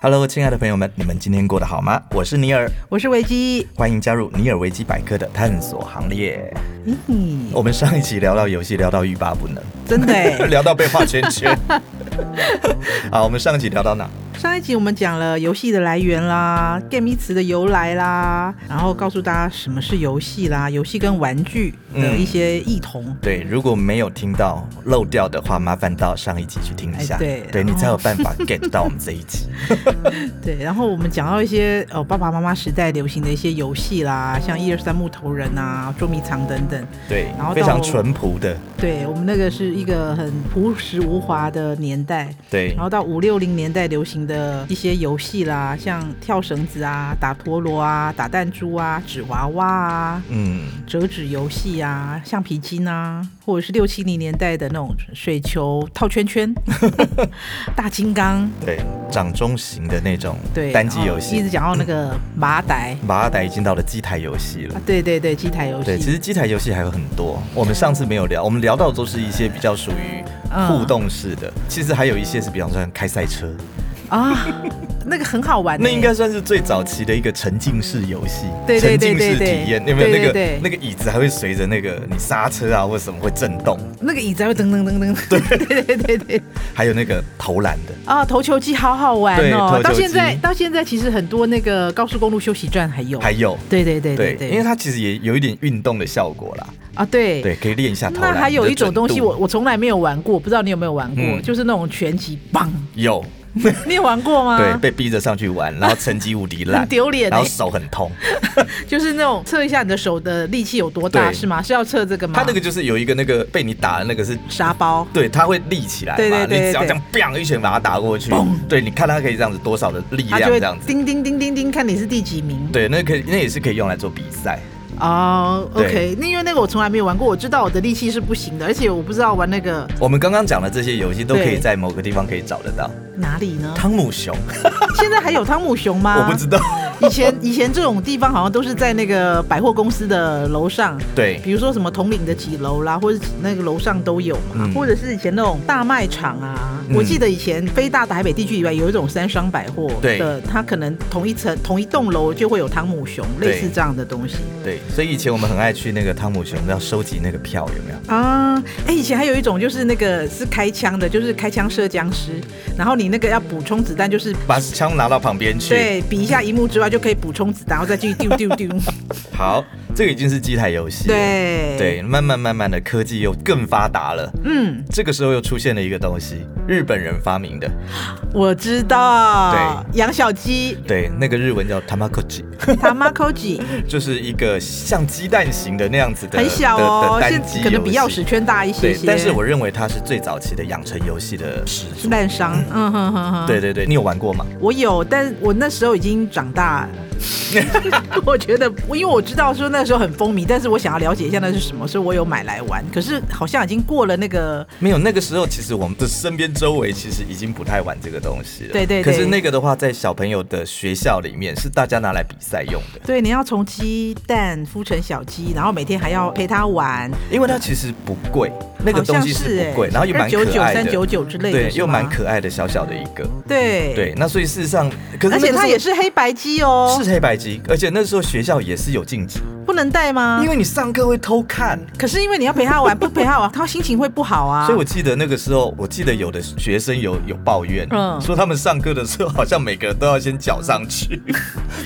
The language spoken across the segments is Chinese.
Hello，亲爱的朋友们，你们今天过得好吗？我是尼尔，我是维基。欢迎加入尼尔维基百科的探索行列。嗯，我们上一期聊到游戏，聊到欲罢不能， 真的欸聊到被画圈圈。 好，我们上一期聊到哪？上一集我们讲了游戏的来源啦，game 一词的由来啦，然后告诉大家什么是游戏啦，游戏跟玩具的一些异同。对，如果没有听到漏掉的话，麻烦到上一集去听一下，哎对你才有办法 get 到我们这一 集。对，然后我们讲到一些呃爸爸妈妈时代流行的一些游戏啦，像一二三木头人啊、捉迷藏等等。对然后，非到常淳朴的，对我们那个是一个很朴实无华的年代。对然，后到五六零年代流行的一些游戏啦，像跳绳子啊、打陀螺啊、打弹珠啊、纸娃娃啊、嗯，折纸游戏啊、橡皮筋啊，或者是六七零年代的那种水球套 圈圈、大金刚，对，掌中型的那种对，单机游然后一戏直，讲到那个麻袋、马达已经到了机台游戏了啊。，对对对，机台游戏，对，其实机台游戏还有很多，我们上次没有聊，我们聊到的都是一些比较属于嗯互动式的，其实还有一些是比方说像开赛车，啊，那个很好玩 欸、那应该算是最早期的一个沉浸式游戏，对对对沉浸式对对体验，有没有对那个对对那个椅子还会随着那个你刹车啊或什么会震动，那个椅子还会噔噔噔噔，对对对对对。还有那个投篮的，啊，投球机好好玩对投哦！球到现在，机到现在其实很多那个高速公路休息站还有，还有对对对对对，因为它其实也有一点运动的效果啦，啊对。对，可以练一下投那篮。还有一种东西你的我，准我从来没有玩过，不知道你有没有玩过，嗯就是那种拳击棒，度有。你有玩过吗？对，，被逼着上去玩，然后成绩无敌烂，很嗯 丢脸欸然后手很痛。就是那种测一下你的手的力气有多大，对是吗？是要测这个吗？他那个就是有一个那个被你打的那个是沙包，对，它会立起来嘛，对对对你只要对这样 bang 一拳把它打过去，对，你看它可以这样子多少的力它量就会这样子。叮叮叮叮叮，看你是第几名。对，那可以，那也是可以用来做比赛。哦、o 对 k 那因为那个我从来没有玩过，我知道我的力气是不行的，而且我不知道玩那个我们刚刚讲的这些游戏都可以对啊在某个地方可以找得到。哪里呢？汤姆熊，现在还有汤姆熊吗？我不知道。以前以前这种地方好像都是在那个百货公司的楼上，对比如说什么统领的几楼啦，或者那个楼上都有嘛，嗯或者是以前那种大卖场啊。嗯我记得以前非大台北地区以外有一种三商百货对的，它可能同一层同一栋楼就会有汤姆熊对类似这样的东西对，所以以前我们很爱去那个汤姆熊，要收集那个票，有没有？啊。哎、以前还有一种就是那个是开枪的，就是开枪射僵尸，然后你那个要补充子弹，就是把枪拿到旁边去。对比一下荧幕之外就可以补充子弹，然后再继续丢丢 丢。好，这个已经是机台游戏。。对对，，慢慢慢慢的科技又更发达了，嗯。这个时候又出现了一个东西，日本人发明的，我知道，对，养小鸡对，那个日文叫 tamakoji。 Tamakoji 就是一个像鸡蛋型的那样子的，很小的哦的，现单机游戏可能比钥匙圈大一些对些。，但是我认为它是最早期的养成游戏的始祖。烂伤，嗯哼哼哼，对，对对，你有玩过吗？我有，但我那时候已经长 大了。我觉得，因为我知道说那时候很风靡，但是我想要了解一下那是什么，所以我有买来玩。可是好像已经过了那个，没有，那个时候其实我们的身边周围其实已经不太玩这个东西了。对对对可是那个的话，在小朋友的学校里面是大家拿来比赛用的，对，你要从鸡蛋孵成小鸡，然后每天还要陪它玩，因为它其实不贵，那个东西是不贵，然后又蛮可九九爱欸三的，九九之类的，对，是又吗蛮，可爱的，小小的一个。对，对，那所以事实上，可是而且它也是是黑白鸡哦，是黑白机，而且那时候学校也是有禁止，不能带吗？因为你上课会偷看。可是因为你要陪他玩，不陪他玩，他心情会不好 啊。所以我记得那个时候，我记得有的学生有有抱怨，嗯说他们上课的时候好像每个人都要先缴上 去，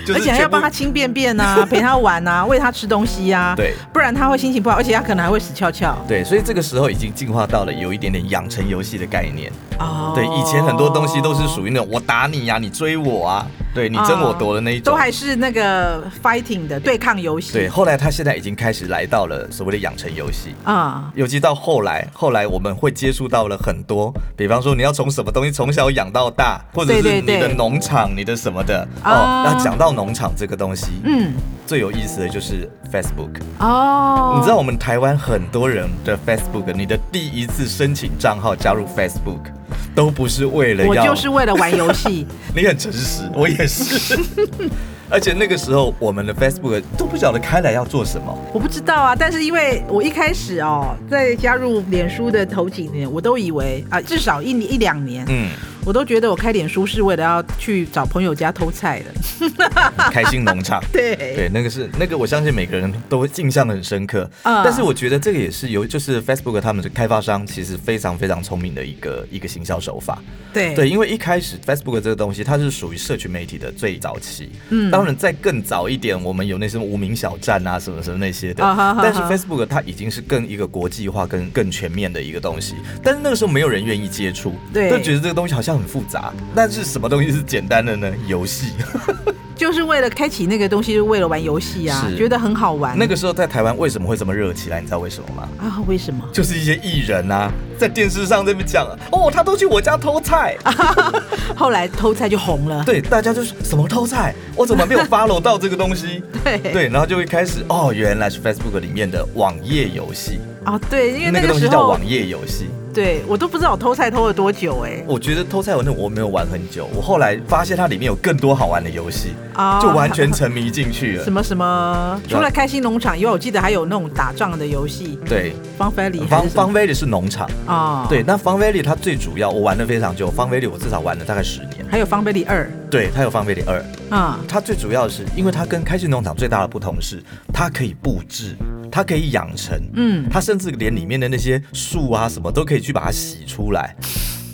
就是而且还要全部帮他清便便啊，陪他玩 啊，喂他吃东西啊。对不然他会心情不好，而且他可能还会死翘翘。对，所以这个时候已经进化到了有一点点养成游戏的概念。哦对，以前很多东西都是属于那种我打你呀、你追我啊，对你争我夺的那一种。都还是那个 fighting 的对抗游戏。对，后来他现在已经开始来到了所谓的养成游戏。啊、尤其到后来，后来我们会接触到了很多，比方说你要从什么东西从小养到大，或者是对对你的对农场、你的什么的哦。啊那讲到农场这个东西，嗯，最有意思的就是 Facebook。哦，你知道我们台湾很多人的 Facebook，你的第一次申请账号加入 Facebook，都不是为了我要，就是为了玩游戏， 你很诚实，我也是。而且那个时候，我们的 Facebook 都不晓得开来要做什么。我不知道啊。但是因为我一开始哦，在加入脸书的头几年，我都以为啊，至少一一两年， 嗯，我都觉得我开脸书是为了要去找朋友家偷菜的。 开心农场。对，对，那个是那个，我相信每个人都印象很深刻。啊但是我觉得这个也是由就是 Facebook 他们的开发商其实非常非常聪明的一个一个行销手法。对对，因为一开始 Facebook 这个东西，它是属于社群媒体的最早期。嗯当然在更早一点，我们有那什么无名小站啊，什么什么那些的。啊哈哈哈但是 Facebook 它已经是更一个国际化、更更全面的一个东西。但是那个时候没有人愿意接触，对都觉得这个东西好像很复杂。但是什么东西是简单的呢？游戏。就是为了开启那个东西，就是为了玩游戏啊，是觉得很好玩。那个时候在台湾为什么会这么热起来？你知道为什么吗？啊，为什么？就是一些艺人啊，在电视上这边讲，哦，他都去我家偷菜，啊后来偷菜就红了。对，大家就是什么偷菜，我怎么没 有 follow 到这个东西？对对，然后就会开始，哦，原来是 Facebook 里面的网页游戏，啊，对，因为那个那个东西时叫候网，页游戏。对我都不知道我偷菜偷了多久哎、我觉得偷菜我那我没有玩很久，我后来发现它里面有更多好玩的游戏，啊就完全沉迷进去了什。么什么，除了软开心农场以外，我记得还有那种打仗的游戏，对，方菲里方方 Valley 是农场，啊，对，，那方 Valley 它最主要我玩的非常久，方 Valley 我至少玩了大概十年。还有方菲里二对，它有方 Valley 二，啊，它最主要的是，因为它跟开心农场最大的不同是，它可以布置，它可以养成，嗯它甚至连里面的那些树啊什么都可以去把它洗出来。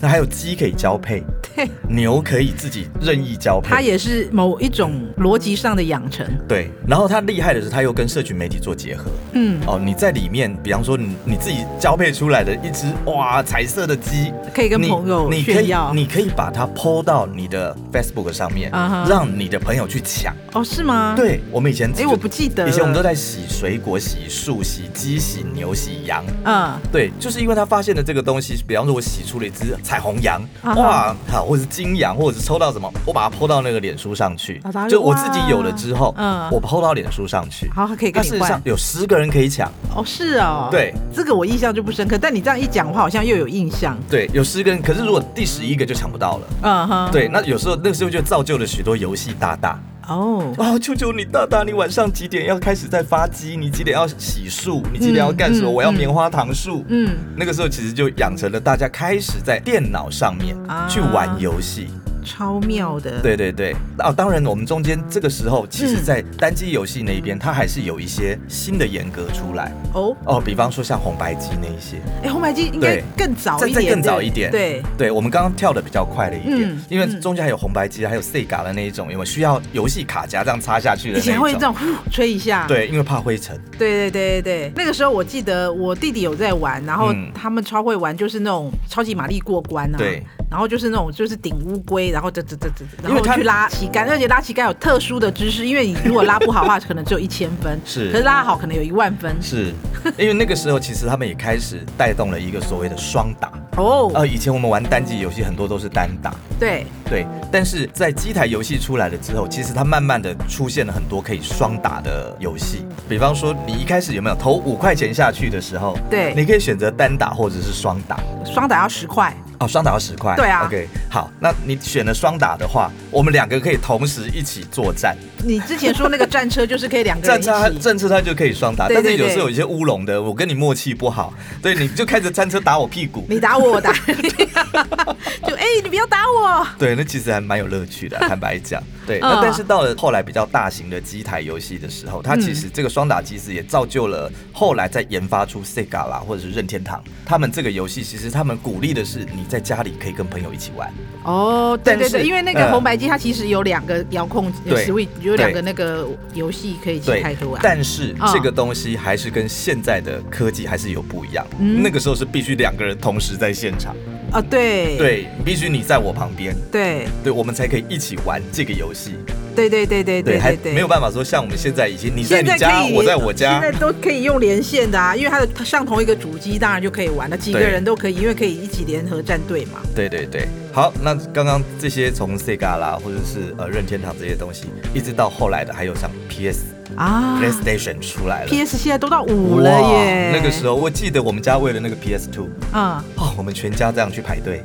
那还有鸡可以交配，对，牛可以自己任意交它配。也是某一种逻辑上的养成，对，然后它厉害的是，它又跟社群媒体做结合。嗯，哦，你在里面，比方说你你自己交配出来的一只哇彩色的鸡，可以跟朋友你你可炫以耀你可以把它 PO 到你的 Facebook 上面啊哈让你的朋友去抢。哦，是吗？，对，我们以前哎，我不记得了，以前我们都在洗水果、洗树、洗鸡、洗牛、洗羊。嗯，对，就是因为他发现了这个东西，比方说我洗出了一只彩虹羊，啊哈哇，好，或者是金羊，或者是抽到什么，我把它抛到那个脸书上去啊大家，就就我自己有了之后，哇嗯我抛到脸书上去，好，可以它跟事你实上换，有十个人可以抢，哦，是哦，对，这个我印象就不深刻，但你这样一讲，我好像又有印象，对，有十个人，可是如果第十一个就抢不到了。嗯哼，，对，那有时候那个时候就造就了许多游戏大大 哦，啊！求求你大大，你晚上几点要开始在发鸡？你几点要洗漱？你几点要干什么？嗯嗯我要棉花糖树。嗯，那个时候其实就养成了大家开始在电脑上面啊去玩游戏。超妙的，，对对对，啊，当然我们中间这个时候，其实嗯在单机游戏那一边，它还是有一些新的严格出来哦，哦，比方说像红白机那一些。哎，红白机应该对更早再一再点，更早一点，对，对，我们刚刚跳的比较快了一点，嗯因为嗯中间还有红白机，还有 Sega 的那一种，有没有需要游戏卡夹这样插下去的以前那会一这种？种呼吹一下，对，因为怕灰尘，对对对对对，那个时候我记得我弟弟有在玩，然后嗯他们超会玩，就是那种超级玛丽过关啊，对，然后就是那种就是顶乌龟，然后这这这这，然因为后他嗯去拉旗 杆，而且拉旗杆有特殊的知识，因为你如果拉不好的话，可能只有一千分，是可是拉好可能有一万分，是因为那个时候其实他们也开始带动了一个所谓的双打。哦，呃，以前我们玩单机游戏很多都是单打，对，对，但是在机台游戏出来了之后，其实它慢慢的出现了很多可以双打的游戏，比方说你一开始有没有投五块钱下去的时候，对你可以选择单打或者是双打，双打要十块，哦，双打要十块，对啊，OK，好，那你选了双打的话，我们两个可以同时一起作战，你之前说那个战车就是可以两个战人一车它起。战车它就可以双打，对但是对对有时候有一些乌龙的，我跟你默契不 好，对，你就开着战车打我屁股，你打我，我打你， 就哎、你不要打我。对，那其实还蛮有乐 趣的，坦白讲。对，嗯那但是到了后来比较大型的机台游戏的时候，嗯它其实这个双打机制也造就了后来在研发出 Sega 啦或者是任天堂，他们这个游戏其实他们鼓励的是你在家里可以跟朋友一起玩。哦，对但对对，是因为那个呃红白机它其实有两个遥控有对，Switch 有两对个那个游戏可以一起对开始玩。但是嗯这个东西还是跟现在的科技还是有不一样。嗯那个时候是必须两个人同时在现场，啊，对对，必须你在我旁边，对对我们才可以一起玩这个游戏。对对对对对还对对，没有办法说像我们现在已经你在现你在家可，以，我在我家 现，在都可以用连线的啊，因为它的上同一个主机，当然就可以玩了，几个对人都可以，因为可以一起联合战队嘛。对对对，好，那刚刚这些从 Sega 啦，或者是呃任天堂这些东西，一直到后来的还有像 PS、啊 PlayStation 出来了。 ，PS 现在都到五哇了耶，那个时候我记得我们家为了那个 PS Two，啊，哦，我们全家这样去排队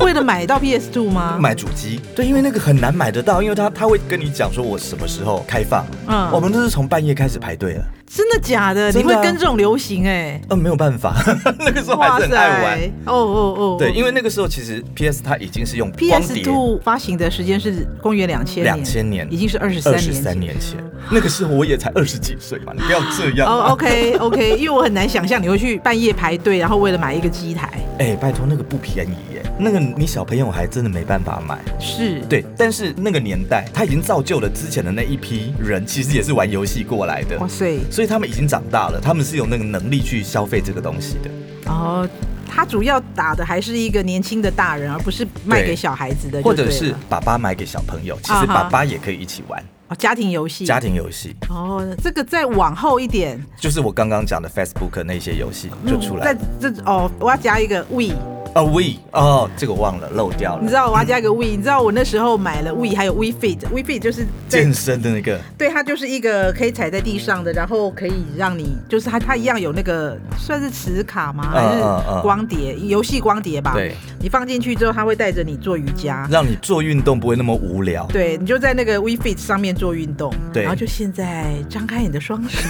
为了买到 PS Two 吗？买主机。对，因为那个很难买得到，因为他他会跟你讲说我什么时候开放。嗯我们都是从半夜开始排队了。真的假的？真你的啊会跟这种流行哎、呃，没有办法， 那个时候还是很爱玩。！哦哦哦，对，因为那个时候其实 PS 它已经是用光 PS 碟 Two 发行的时间是公元两千两千年，已经是二十三二年十前三年前，那个时候我也才二十几岁嘛，你不要这样嘛。 哦、o k OK，因为我很难想象你会去半夜排队，然后为了买一个机台。哎、拜托，那个不便宜耶，那个你小朋友还真的没办法买。是，对，但是那个年代，它已经造就了之前的那一批人，其实也是玩游戏过来的哇，塞，所以他们已经长大了，他们是有那个能力去消费这个东西的。哦，他主要打的还是一个年轻的大人，而不是卖对给小孩子的就或对者了，是爸爸买给小朋友，其啊哈实爸爸也可以一起玩哦家庭游戏。家庭游戏，哦，这个再往后一点就是我刚刚讲的 Facebook 那些游戏就出来在了。这哦，我要加一个 We，啊，We 哦，这个忘了漏掉你知了，道我要加一个 We，你知道我那时候买了 We，还有 We Fit，We Fit 就是在健身的那个对，它就是一个可以踩在地上的，然后可以让你，就是它它一样有那个算是磁卡吗？还嗯嗯是嗯光碟？游戏光碟吧。对，嗯你放进去之后，它会带着你做瑜伽。让你做运动不会那么无聊。对，你就在那个 We Fit 上面做运动，对然后就现在张开你的双手，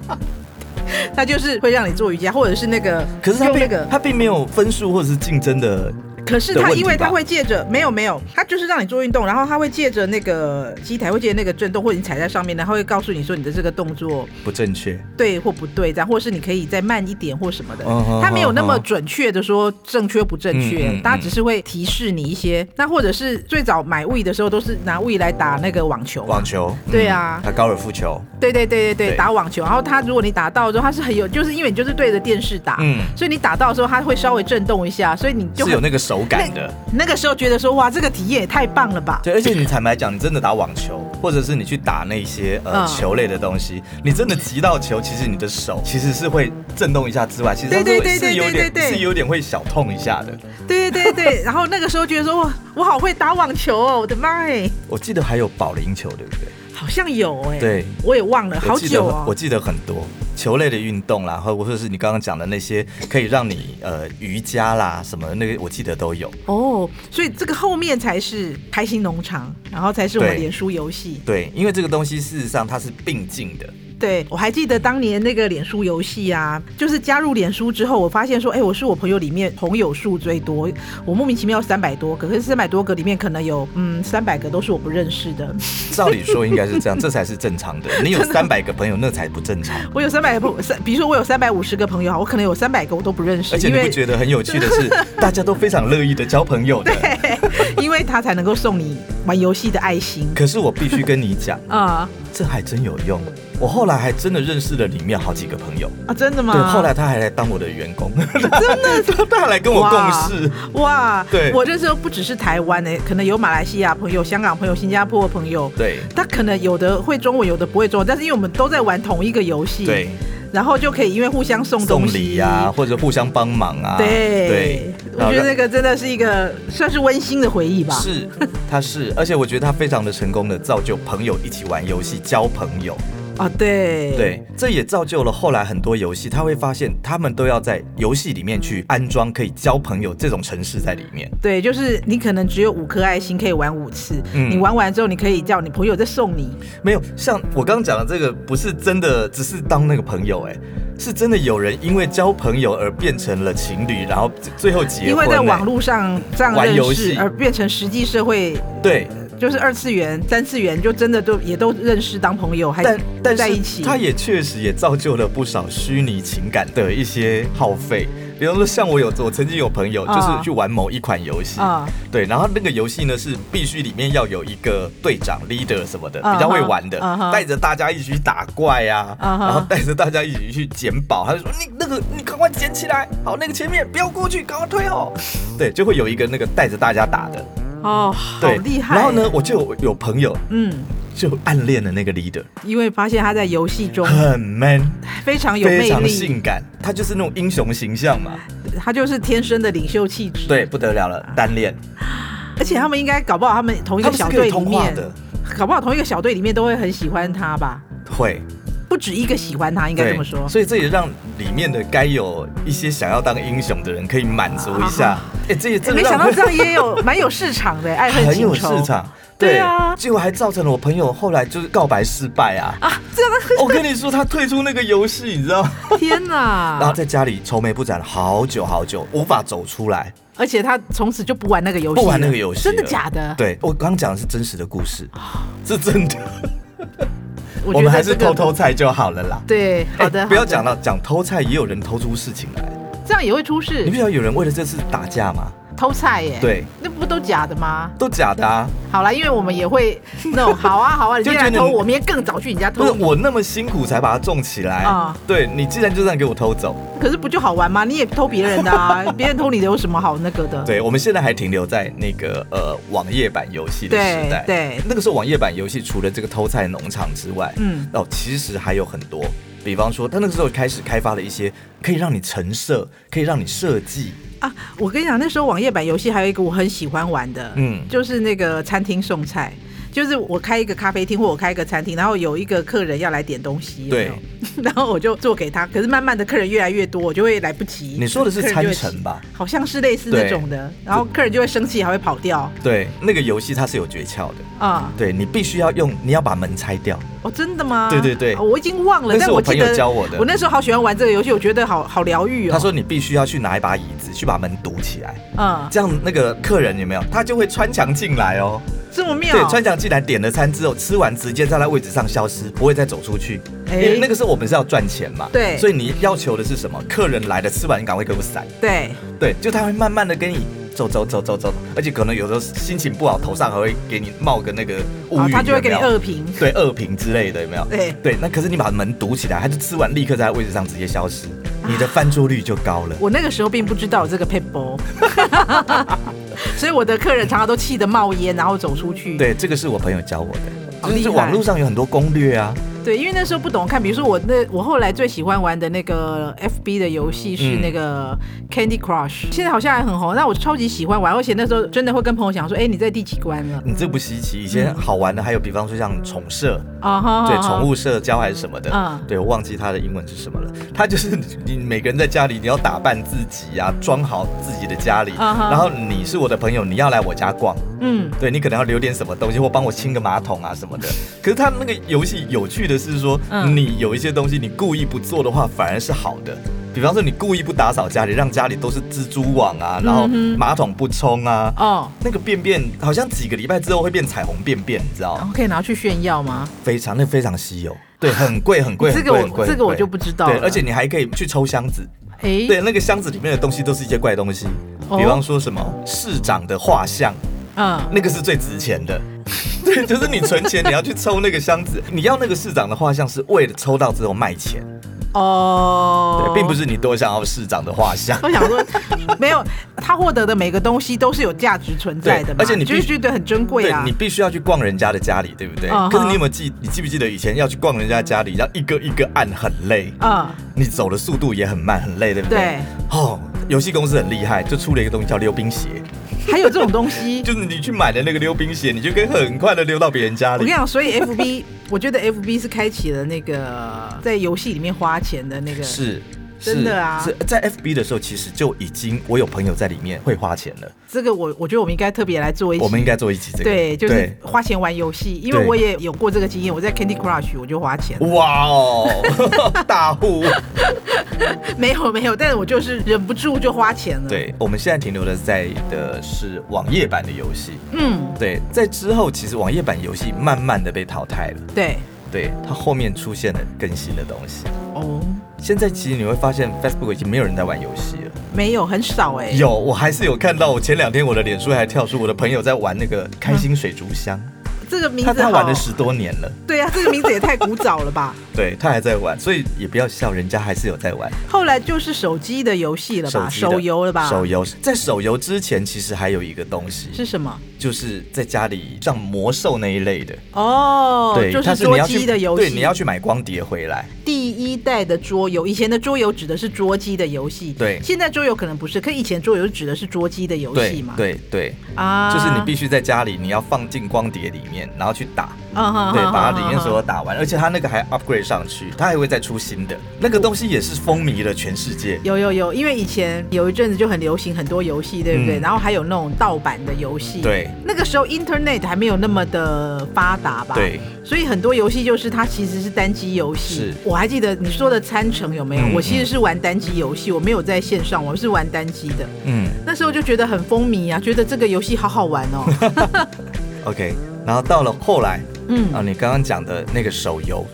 它就是会让你做瑜伽，或者是那个，可是它用那并个，它并没有分数或者是竞争的可是的它问因题为它吧会借着没有没有，它就是让你做运动，然后它会借着那个机台，会借着那个震动，或者你踩在上面，然后会告诉你说你的这个动作不正确。对或不对，这样，或是你可以再慢一点或什么的嗯嗯，它没有那么嗯准确的说正确不正嗯确嗯，它只是会提示你一些。那或者是最早买 We 的时候，都是拿 We 来打那个网球嘛，网球，对啊他高尔夫球，对对对对对，对打网球。然后它如果你打到之后，它是很有，就是因为你就是对着电视打，嗯所以你打到的时候，它会稍微震动一下，所以你就是很有那个手感的。那个时候觉得说哇，这个体验也太棒了吧。对，而且你坦白讲，你真的打网球，或者是你去打那些呃、嗯球类的东西，你真的击到球，其实你的手其实是会震动一下之外，其实它是对会对对是有对对对点对是有点会小痛一下的。对对对对，然后那个时候觉得说哇，我好会打网球哦，我的妈哎，我记得还有保龄球，对不对？好像有哎，对我也忘了，好我记得久很哦。我记得很多球类的运动啦，或或者是你刚刚讲的那些可以让你呃瑜伽啦什么的那个，我记得都有。哦，所以这个后面才是开心农场，然后才是我们对脸书游戏。对，因为这个东西事实上它是并进的，对我还记得当年那个脸书游戏啊，就是加入脸书之后，我发现说，哎、我是我朋友里面朋友数最多，我莫名其妙三百多个，可是三百多个里面可能有嗯三百个都是我不认识的，照理说应该是这 样，这才是正常的。你有三百个朋友，那才不正常。我有三百不三，比如说我有三百五十个朋友啊，我可能有三百个我都不认识，而且因你不为觉得很有趣的 是，大家都非常乐意的交朋友的。因为他才能够送你玩游戏的爱心可是我必须跟你 讲，啊这还真有用。我后来还真的认识了里面好几个朋友，啊，真的吗？对，后来他还来当我的员工，真的 他还来跟我共事。哇，对我这时候不只是台湾呢、可能有马来西亚朋友、香港朋友、新加坡朋友，对他可能有的会中文，有的不会中文，但是因为我们都在玩同一个游戏，对，，然后就可以因为互相送送东西礼呀、啊或者互相帮忙啊。对，对，我觉得那然后个真的是一个算是温馨的回忆吧。是他是，而且我觉得他非常的成功的造就朋友一起玩游戏、交朋友。啊，对，对，这也造就了后来很多游戏，他会发现他们都要在游戏里面去安装可以交朋友这种程式在里面。对，就是你可能只有五颗爱心可以玩五次，嗯你玩完之后，你可以叫你朋友再送你。没有，像我刚刚讲的这个，不是真的，只是当那个朋友、哎，是真的有人因为交朋友而变成了情侣，然后最后结因婚、为哎在网络上这样玩认游识，戏而变成实际社会对，就是二次元、三次元，就真的都也都认识当朋友，还但但在是一起。它也确实也造就了不少虚拟情感的一些耗费。比方说，像我有我曾经有朋友就是啊去玩某一款游戏，啊对，然后那个游戏呢是必须里面要有一个队长 leader 什么的，啊比较会玩的哈啊哈，带着大家一起去打怪啊，啊哈然后带着大家一起去捡宝。他就说：“你那个你赶快捡起来，好，那个前面不要过去，赶快退后。”对，就会有一个那个带着大家打的，哦，好对，厉害。然后呢，，我就有有朋友嗯，就暗恋了那个 leader，因为发现他在游 戏中很 man。非常有非魅常力，嗯性感，他就是那种英雄形象嘛。他就是天生的领袖气质。对，，不得了了，嗯单恋，而且他们应该搞不好他们同一他个们是小可队以里通话面的，，搞不好同一个小队里面都会很喜欢他吧。会不止一个喜欢他，应该这么说。所以这也让里面的该有一些想要当英雄的人可以满足一下。哎、这也哎真的没想让到我 这样也有蛮有市场的，爱恨很情有仇市。场。对啊结果还造成了我朋友后来就是告白失败 啊！啊，这样我跟你说，他退出那个游戏，你知道吗？天哦然后哪！在家里愁眉不展了好久好久，无法走出来。而且他从此就不玩那个游戏了，不玩那个游戏了真的假的？，对我刚讲的是真实的故事，是真的。啊我我觉得们还是这个偷偷猜就好了啦。对，好的，哎好不要的讲，了，讲偷菜也有人偷出事情来。这样也会你出不事，晓得有人为了这次打架吗？偷菜耶，，对，那不都假的吗？都假的啊！好啦，因为我们 也会那种好啊好啊，你就今天来觉得偷你我，明天更早去你家不是偷，我那么辛苦才把它种起来啊对你既然就这样给我偷走，可是不就好玩吗？你也偷别人 的啊，别人偷你的有什么好那个的？对我们现在还停留在那个呃网页版游戏的时代。对对那个时候网页版游戏除了这个偷菜农场之外，嗯哦，其实还有很多。比方说，他那个时候开始开发了一些可以让你陈设、可以让你设计，啊，我跟你讲，那时候网页版游戏还有一个我很喜欢玩的，嗯就是那个餐厅送菜。就是我开一个咖啡厅或我开一个餐厅，然后有一个客人要来点东西，有没有 然后我就做给他。可是慢慢的客人越来越多，我就会来不及。你说的是客人就会餐城吧起？好像是类似那种的。然后客人就会生气，还会跑掉对，那个游戏它是有诀窍的。啊！对你必须要用，你要把门拆掉。哦，真的吗？对对对哦我已经忘了，那是但我记朋友得教我的我那时候好喜欢玩这个游戏，我觉得好好疗愈哦。他说你必须要去拿一把椅子去把门堵起来，嗯，这样那个客人有没有，他就会穿墙进来哦。这么妙，对，穿墙进来点了餐之后，吃完直接在他位置上消失，不会再走出去。哎因为那个时候我们是要赚钱嘛，对所以你要求的是什么？客人来了，吃完你赶快给我散。对对，就他会慢慢的跟你走走走走走，而且可能有时候心情不好，头上还会给你冒个那个乌啊云，他就会给你有没有恶评，对恶评之类的，有没有？对对，那可是你把门堵起来，他就吃完立刻在他位置上直接消失，啊你的翻桌率就高了。我那个时候并不知道有这个 p a p e 所以我的客人常常都气得冒烟，然后走出去。对，这个是我朋友教我的，好就是厉害网络上有很多攻略啊。对因为那时候不懂看，比如说我那我后来最喜欢玩的那个 FB 的游戏是嗯那个 Candy Crush，、现在好像还很红。那我超级喜欢玩，而且那时候真的会跟朋友讲说，哎、你在第几关了？你这不稀奇，以前好玩的还有，比方说像宠社，啊哈对，宠物物社交还是什么的，嗯对我忘记它的英文是什么了。它就是你每个人在家里，你要打扮自己啊，装好自己的家里，嗯哼然后你是我的朋友，你要来我家逛，嗯。对你可能要留点什么东西，或帮我清个马桶啊什 么的。可是它那个游戏有趣的是说，嗯你有一些东西你故意不做的话，反而是好的。比方说你故意不打扫家里，让家里都是蜘蛛网啊，然后嗯哼马桶不冲啊，哦、那个便便好像几个礼拜之后会变彩虹便便，你知道然吗？后可以拿去炫耀吗？非常，那非常稀有，对，很贵，很贵，这很个贵，很我贵。这个我很贵就不知道了。对，而且你还可以去抽箱子，哎、对，那个箱子里面的东西都是一些怪东西，哦比方说什么市长的画像，嗯，那个是最值钱的。 对，就是你存钱，你要去抽那个箱子，你要那个市长的画像是为了抽到之后卖钱，哦，对，并不是你多想要市长的画像。我想说，没有他获得的每个东西都是有价值存在的对嘛，而且你必就是觉得很珍贵对啊你。必须要去逛人家的家里，对不对嗯哼可是你有没有记？你记不记得以前要去逛人家家里，要一个一个按，很累。嗯，你走的速度也很慢，很累，对不对？对。哦，游戏公司很厉害，就出了一个东西叫溜冰鞋，还有这种东西。就是你去买的那个溜冰鞋，你就可以很快的溜到别人家我跟里你。讲，所以 F B，我 觉得 F B 是开启了那个在游戏里面花钱的那个，是。真是的啊是在 FB 的时候，其实就已经我有朋友在里面会花钱了。这个我我觉得我们应该特别来做一期，我们应该做一集这个。哎对，就是花钱玩游戏，因为对我也有过这个经验，我在 Candy Crush 我就花钱，对哇哦，大户。没有没有，但是我就是忍不住就花钱了。，对，我们现在停留的在的是网页版的游戏。嗯，对，在之后其实网页版游戏慢慢的被淘汰了。对，对，它后面出现了更新的东西。哦，现在其实你会发现，Facebook 已经没有人在玩游戏了。没有很少哎、有，我还是有看到，我前两天我的脸书还跳出我的朋友在玩那个开心水族箱，这个哎名他字他好，玩了十多年了，对啊，这个名字也太古早 了吧。对他还在玩，所以也不要笑，人家还是有在玩后来就是手机的游戏了吧，机的手游了吧？手游在手游之前，其实还有一个东西，是什么？就是在家里像魔兽那一类的。哦，对，就它是是你桌要机去的游戏。对，你要去买光碟回来。第一代的桌游，以前的桌游指的是桌机的游戏，对现在桌游可能不是，可以前桌游指的是桌机的游对戏嘛？对对，啊，就是你必须在家里，你要放进光碟里面，然后去打。嗯哼，对，哼把它哼里面所有哼打完，而且它那个还 upgrade 上去，它还会再出新的，那个东西也是风靡了全世界。有有有，因为以前有一阵子就很流行很多游戏，对不对？嗯然后还有那种盗版的游戏，对，那个时候 Internet 还没有那么的发达吧？对，所以很多游戏就是它其实是单机游戏。是我还记得你说的参城有没有？嗯我其实是玩单机游戏，我没有在线上，我是玩单机的。嗯那时候就觉得很风靡啊，觉得这个游戏好好玩哦。 ，OK。然后到了后来嗯啊，你刚刚讲的那个手游，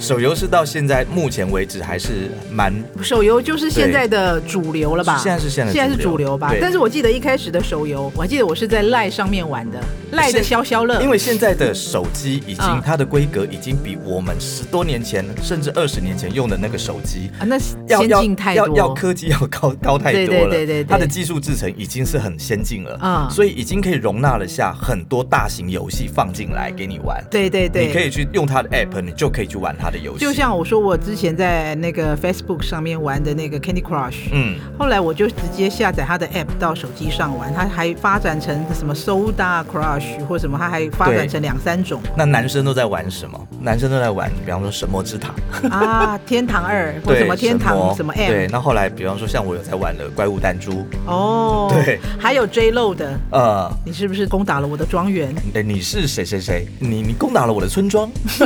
手游是到现在目前为止还是蛮手游就是现在的主流了吧？现在是现在的现在是主流吧对？但是我记得一开始的手游，我还记得我是在赖上面玩的，赖的消消乐。因为现在的手机已经、嗯它的规格已经比我们十多年前甚至二十年前用的那个手机。啊，那要先要进太要要多。科技要高高太多了，对对对对对它的技术制成已经是很先进了，嗯所以已经可以容纳了下很多大型游戏放进来给你玩，对对对，你可以去用它的 app，你就可以去玩它的游戏，就像我说，我之前在那个 Facebook 上面玩的那个 Candy Crush，、嗯，后来我就直接下载它的 App 到手机上玩，它还发展成什么 Soda Crush 或什么，它还发展成两 三种那男生都在玩什么？男生都在玩，比方说《神魔之塔》啊，天堂二或什么天神魔堂什么对。 App，那后来，比方说像我有在玩的《怪物弹珠》，哦，对，还有 J Lo 的，呃，你是不是攻打了我的庄园？哎，你是谁谁谁？你你攻打了我的村庄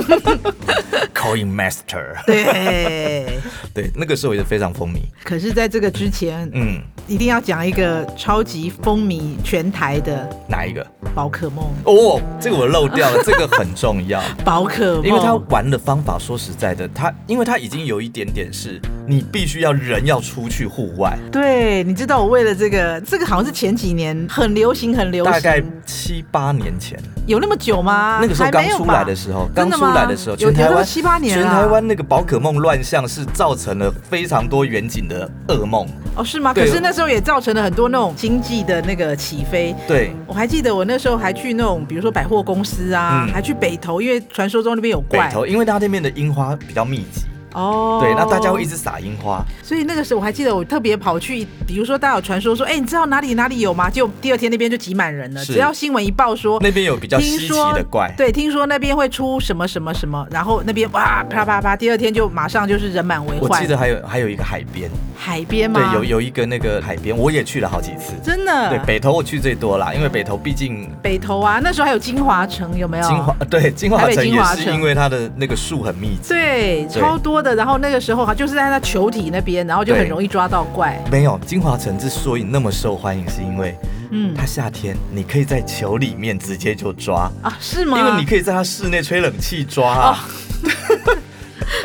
，Coin Master。对， 对，那个时候也非常风靡。可是在这个之前，嗯，一定要讲一个超级风靡全台的哪一个？宝可梦，哦，这个我漏掉 了，这个很重要，宝可梦，因为他玩的方法，说实在的，他因为他已经有一点点是，你必须要人要出去户外，对，你知道我为了这个，这个好像是前几年很流行，很流行，大概七八年前，有那么久吗？那个时候还刚没有出吧来的时候，真刚的出吗来的时候，全有有台那么湾七八年啊全了台湾那个宝可梦乱象是造成了非常多远景的噩梦。哦，是吗？对可是那时候也造成了很多那种经济的那个起飞。对，我还记得我那时候还去那种，比如说百货公司啊，嗯还去北投，因为传说中那边有北怪。投，因为它那边的樱花比较密集，哦，对，那大家会一直撒樱花，所以那个时候我还记得我特别跑去，比如说大家有传说说，哎、你知道哪里哪里有吗？结果第二天那边就挤满人了。是只要新闻一报说那边有比较稀奇的怪。对，听说那边会出什么什么什么，然后那边哇啪啪啪，第二天就马上就是人满为我患。记得还有还有一个海边，海边对吗？，有有一个那个海边，我也去了好几次。真的对，北投我去最多啦，因为北投毕竟北投啊，那时候还有金华城，有没有？金华、 对金华台城北金也华是城因为它的那个树很密集。对，超多的。然后那个时候啊，就是在那球体那边，然后就对很容易抓到怪。没有，金华城之所以那么受欢迎，是因为嗯它夏天你可以在球里面直接就抓，啊，是因吗？哦为你可以在它室内吹冷气抓、啊。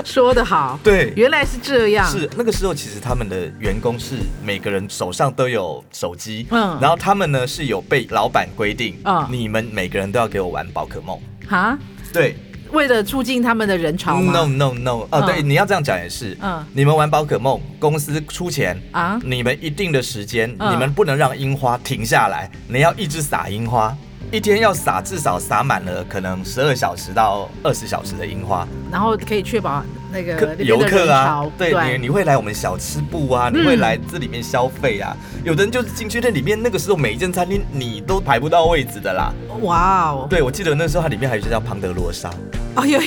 说的好，对原来是这样。是那个时候，其实他们的员工是每个人手上都有手机，嗯嗯，然后他们呢是有被老板规定，啊嗯，你们每个人都要给我玩宝可梦。啊，对为了促进他们的人潮吗，no no no，啊，嗯对，你要这样讲也是，嗯嗯，你们玩宝可梦，公司出钱。啊，你们一定的时间，嗯你们不能让樱花停下来，你要一直撒樱花，一天要撒至少撒满了可能十二小时到二十小时的樱花。然后可以确保那个客呃那边游的人客啊潮，对你，你会来我们小吃部啊，你会嗯来这里面消费啊。有的人就是进去那里面，那个时候每一间餐厅你都排不到位置的啦。哇哦，对，我记得那时候它里面还有一家叫庞德罗莎， 哎呦，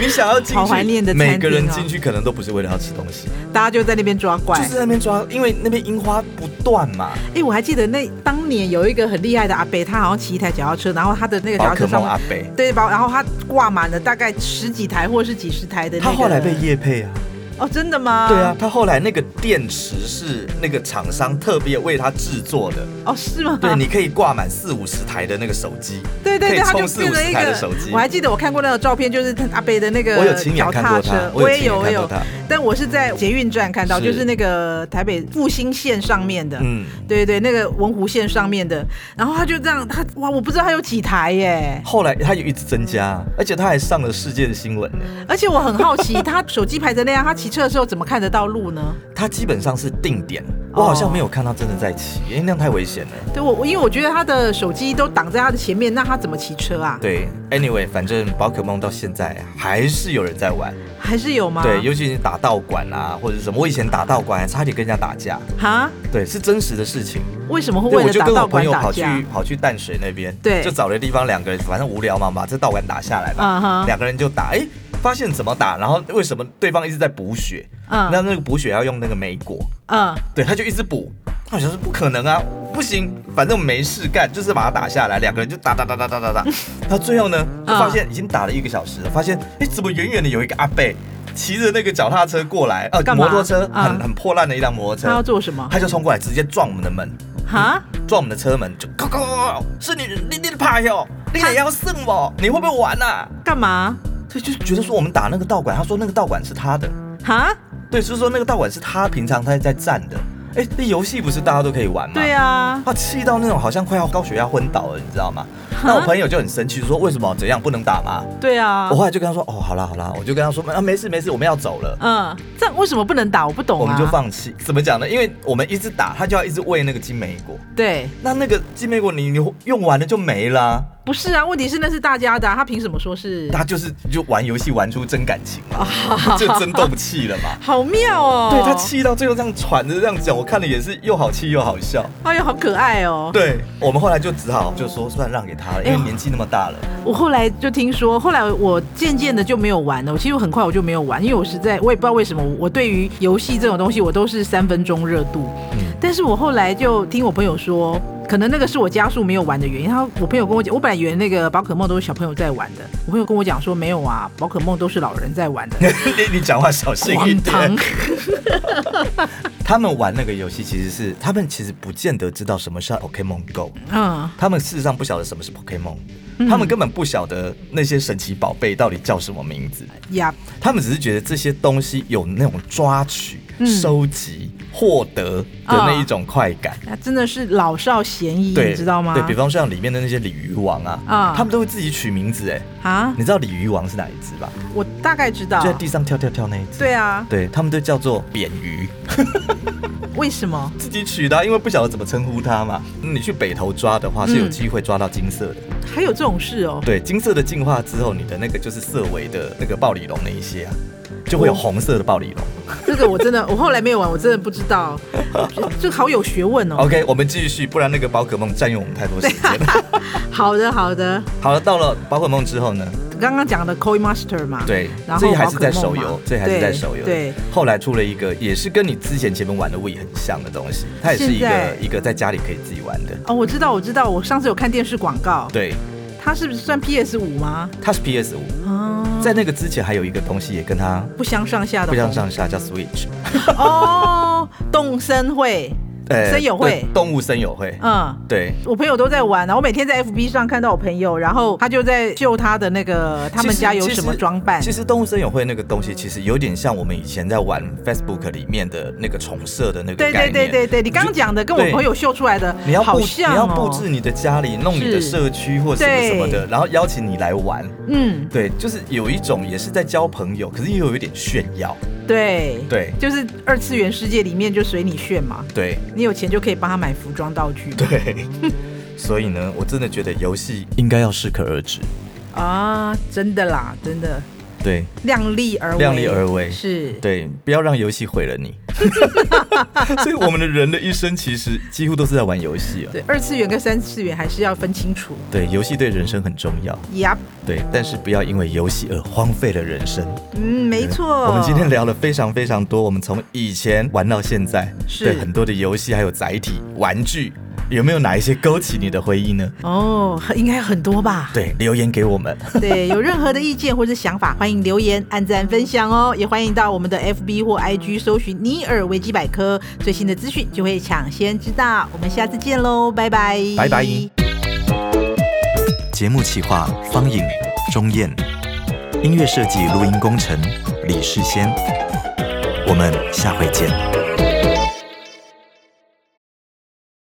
你想要进去，好怀念的餐厅哦每个人进去可能都不是为了要吃东西，大家就在那边抓怪。就是在那边抓，因为那边樱花不断嘛。哎、我还记得那当年有一个很厉害的阿伯，他好像骑一台脚踏车，然后他的那个脚宝踏可车上梦面，阿北，对吧？然后他挂满了大概十几台或是几十台的、那他个。后来被叶配啊，哦，真的吗？对啊，，他后来那个电池是那个厂商特别为他制作的，哦，是吗？对，你可以挂满四五十台的那个手机。对对可以对，他就充四变五成十一台的个手机我还记得我看过那个照片，就是阿北的那个我有亲眼脚看过踏他车，，我有也亲眼有，我看也过有。他。但我是在捷运站看到，是就是那个台北复兴线上面的，嗯，对对，那个文湖线上面的。然后他就这样，他哇，我不知道他有几台耶。后来他有一直增加，而且他还上了世界的新闻呢。而且我很好奇，他手机排成那样，他其骑车的时候怎么看得到路呢？它基本上是定点，我好像没有看到真的在骑，因为那样太危险了。对我，我因为我觉得他的手机都挡在他的前面，那他怎么骑车啊？对，anyway，反正宝可梦到现在还是有人在玩，还是有吗？对，尤其是打道馆啊或者是什么，我以前打道馆还差点跟人家打架，哈，对，是真实的事情。为什么会对，为我了就打跟道我朋馆友打跑去架？跑去淡水那边，对就找了地方两个人，反正无聊嘛，把这道馆打下来嗯吧哼，两、个人就打，哎、发现怎么打，然后为什么对方一直在补血？嗯那那个补血要用那个莓果，嗯，对，他就一直补，他好像是不可能啊，不行，反正没事干，就是把它打下来，两个人就打打打打打打打，到最后呢，啊就发现已经打了一个小时了，发现哎、诶怎么远远的有一个阿贝骑着那个脚踏车过来，呃，干嘛摩托车嗯很很破烂的一辆摩托他车，要做什么？他就冲过来直接撞我们的门，哈，撞我们的车门，就靠靠靠靠，是你你你怕哟，你也要送我，你会不会玩啊？干嘛？对，就是觉得说我们打那个道馆，他说那个道馆是他的，哈，对，就是说那个道馆是他平常他在站的。哎，那游戏不是大家都可以玩吗？对啊，他气到那种好像快要高血压昏倒了，你知道 吗？那我朋友就很生气，说为什么怎样不能打吗？对啊我，后来就跟他说，哦，好啦好啦，我就跟他说，啊，没事没事，我们要走了。嗯，这样为什么不能打？我不懂啊。我们就放弃，怎么讲呢？因为我们一直打，他就要一直喂那个金梅果，对，那那个金梅果你你用完了就没啦、不是啊，问题是那是大家的、啊，他凭什么说是？他就是就玩游戏玩出真感情嘛，哦就真斗气了 嘛。好妙哦！对他，气到最后这样喘着这样讲，我看了也是又好气又好笑。哎呦，好可爱哦。对我们后来就只好就说算让给他了，因为哎呦年纪那么大了。我后来就听说，后来我渐渐的就没有玩了。我其实很快我就没有玩，因为我实在我也不知道为什么，我对于游戏这种东西我都是三分钟热度。嗯，但是我后来就听我朋友说，可能那个是我家数没有玩的原因。他我朋友跟我讲，我本来以为那个宝可梦都是小朋友在玩的，我朋友跟我讲说没有啊，宝可梦都是老人在玩的。 你你讲话小心一荒唐点。！他们玩那个游戏其实是他们其实不见得知道什么是 Pokemon Go，嗯，他们事实上不晓得什么是 Pokemon，、他们根本不晓得那些神奇宝贝到底叫什么名字。呀，他们只是觉得这些东西有那种抓取、嗯收集、获得的那一种快感。那真的是老少咸宜，对，啊你知道吗？对比方说像里面的那些鲤鱼王啊，啊他们都会自己取名字哎。啊，你知道鲤鱼王是哪一只吧？我大概知道就。在地上跳跳跳那一只。啊对啊，对，他们都叫做扁鱼，为什么？自己取的啊、因为不晓得怎么称呼它嘛。你去北头抓的话，是有嗯机会抓到金色的。还有这种事哦？对，金色的进化之后，你的那个就是色尾的那个暴鲤龙那一些啊，就会有红色的暴鲤龙。这个我真的，我 后来没有玩，我真的不知道，这好有学问哦。 OK，我们继续，不然那个宝可梦占用我们太多时间。好的，好的，好了，到了宝可梦之后呢，刚刚讲的 Koi Master 嘛，，对然，后这还是在宝可手梦嘛游，这还是在对手游。对，后来出了一个也是跟你之前前面玩的 We 很像的东西，它也是一个现在一个在家里可以自己玩的。哦，我知道，我知道，我上次有看电视广告，对，它是不是算 PS 五吗？它是 PS 五，啊，在那个之前还有一个东西也跟它不相上下的不红，相上下，叫 Switch，哦，动身会，森友会呃对动物森友会，嗯。对。我朋友都在玩啊，我每天在 FB 上看到我朋友，然后他就在秀他的那个他们其实家有什么装扮其实。其实动物森友会那个东西，其实有点像我们以前在玩 Facebook 里面的那个重设的那个对概对念。对对对，你刚刚讲的跟我对朋友秀出来的你要布好置、像、哦、你要布置你的家里，弄你的是社区或什么什么的，然后邀请你来玩。嗯，对，就是有一种也是在交朋友，可是又有一点炫耀。对，对就是二次元世界里面就随你炫嘛，对你有钱就可以帮他买服装道具 对，所以呢，我真的觉得游戏应该要适可而止。啊，真的啦，真的对量力而为，量力而为是，对，不要让游戏毁了 你。所以我们的人的一生其实几乎都是在玩游戏啊。对，二次元跟三次元还是要分清楚。对，游戏对人生很重要。呀，对，但是不要因为游戏而荒废了人生。嗯，没错。我们今天聊了非常非常多，我们从以前玩到现在，是对很多的游戏还有载体、玩具，有没有哪一些勾起你的回忆呢？哦，应该很多吧？对，留言给我们。 对，有任何的意见或者想法，欢迎留言、按赞、分享哦。也欢迎到我们的 FB 或 IG 搜寻“尼尔维基百科”，最新的资讯就会抢先知道。我们下次见喽，拜拜，拜拜 节目企划：方颖、钟燕，音乐设计、录音工程：李世先。我们下回见。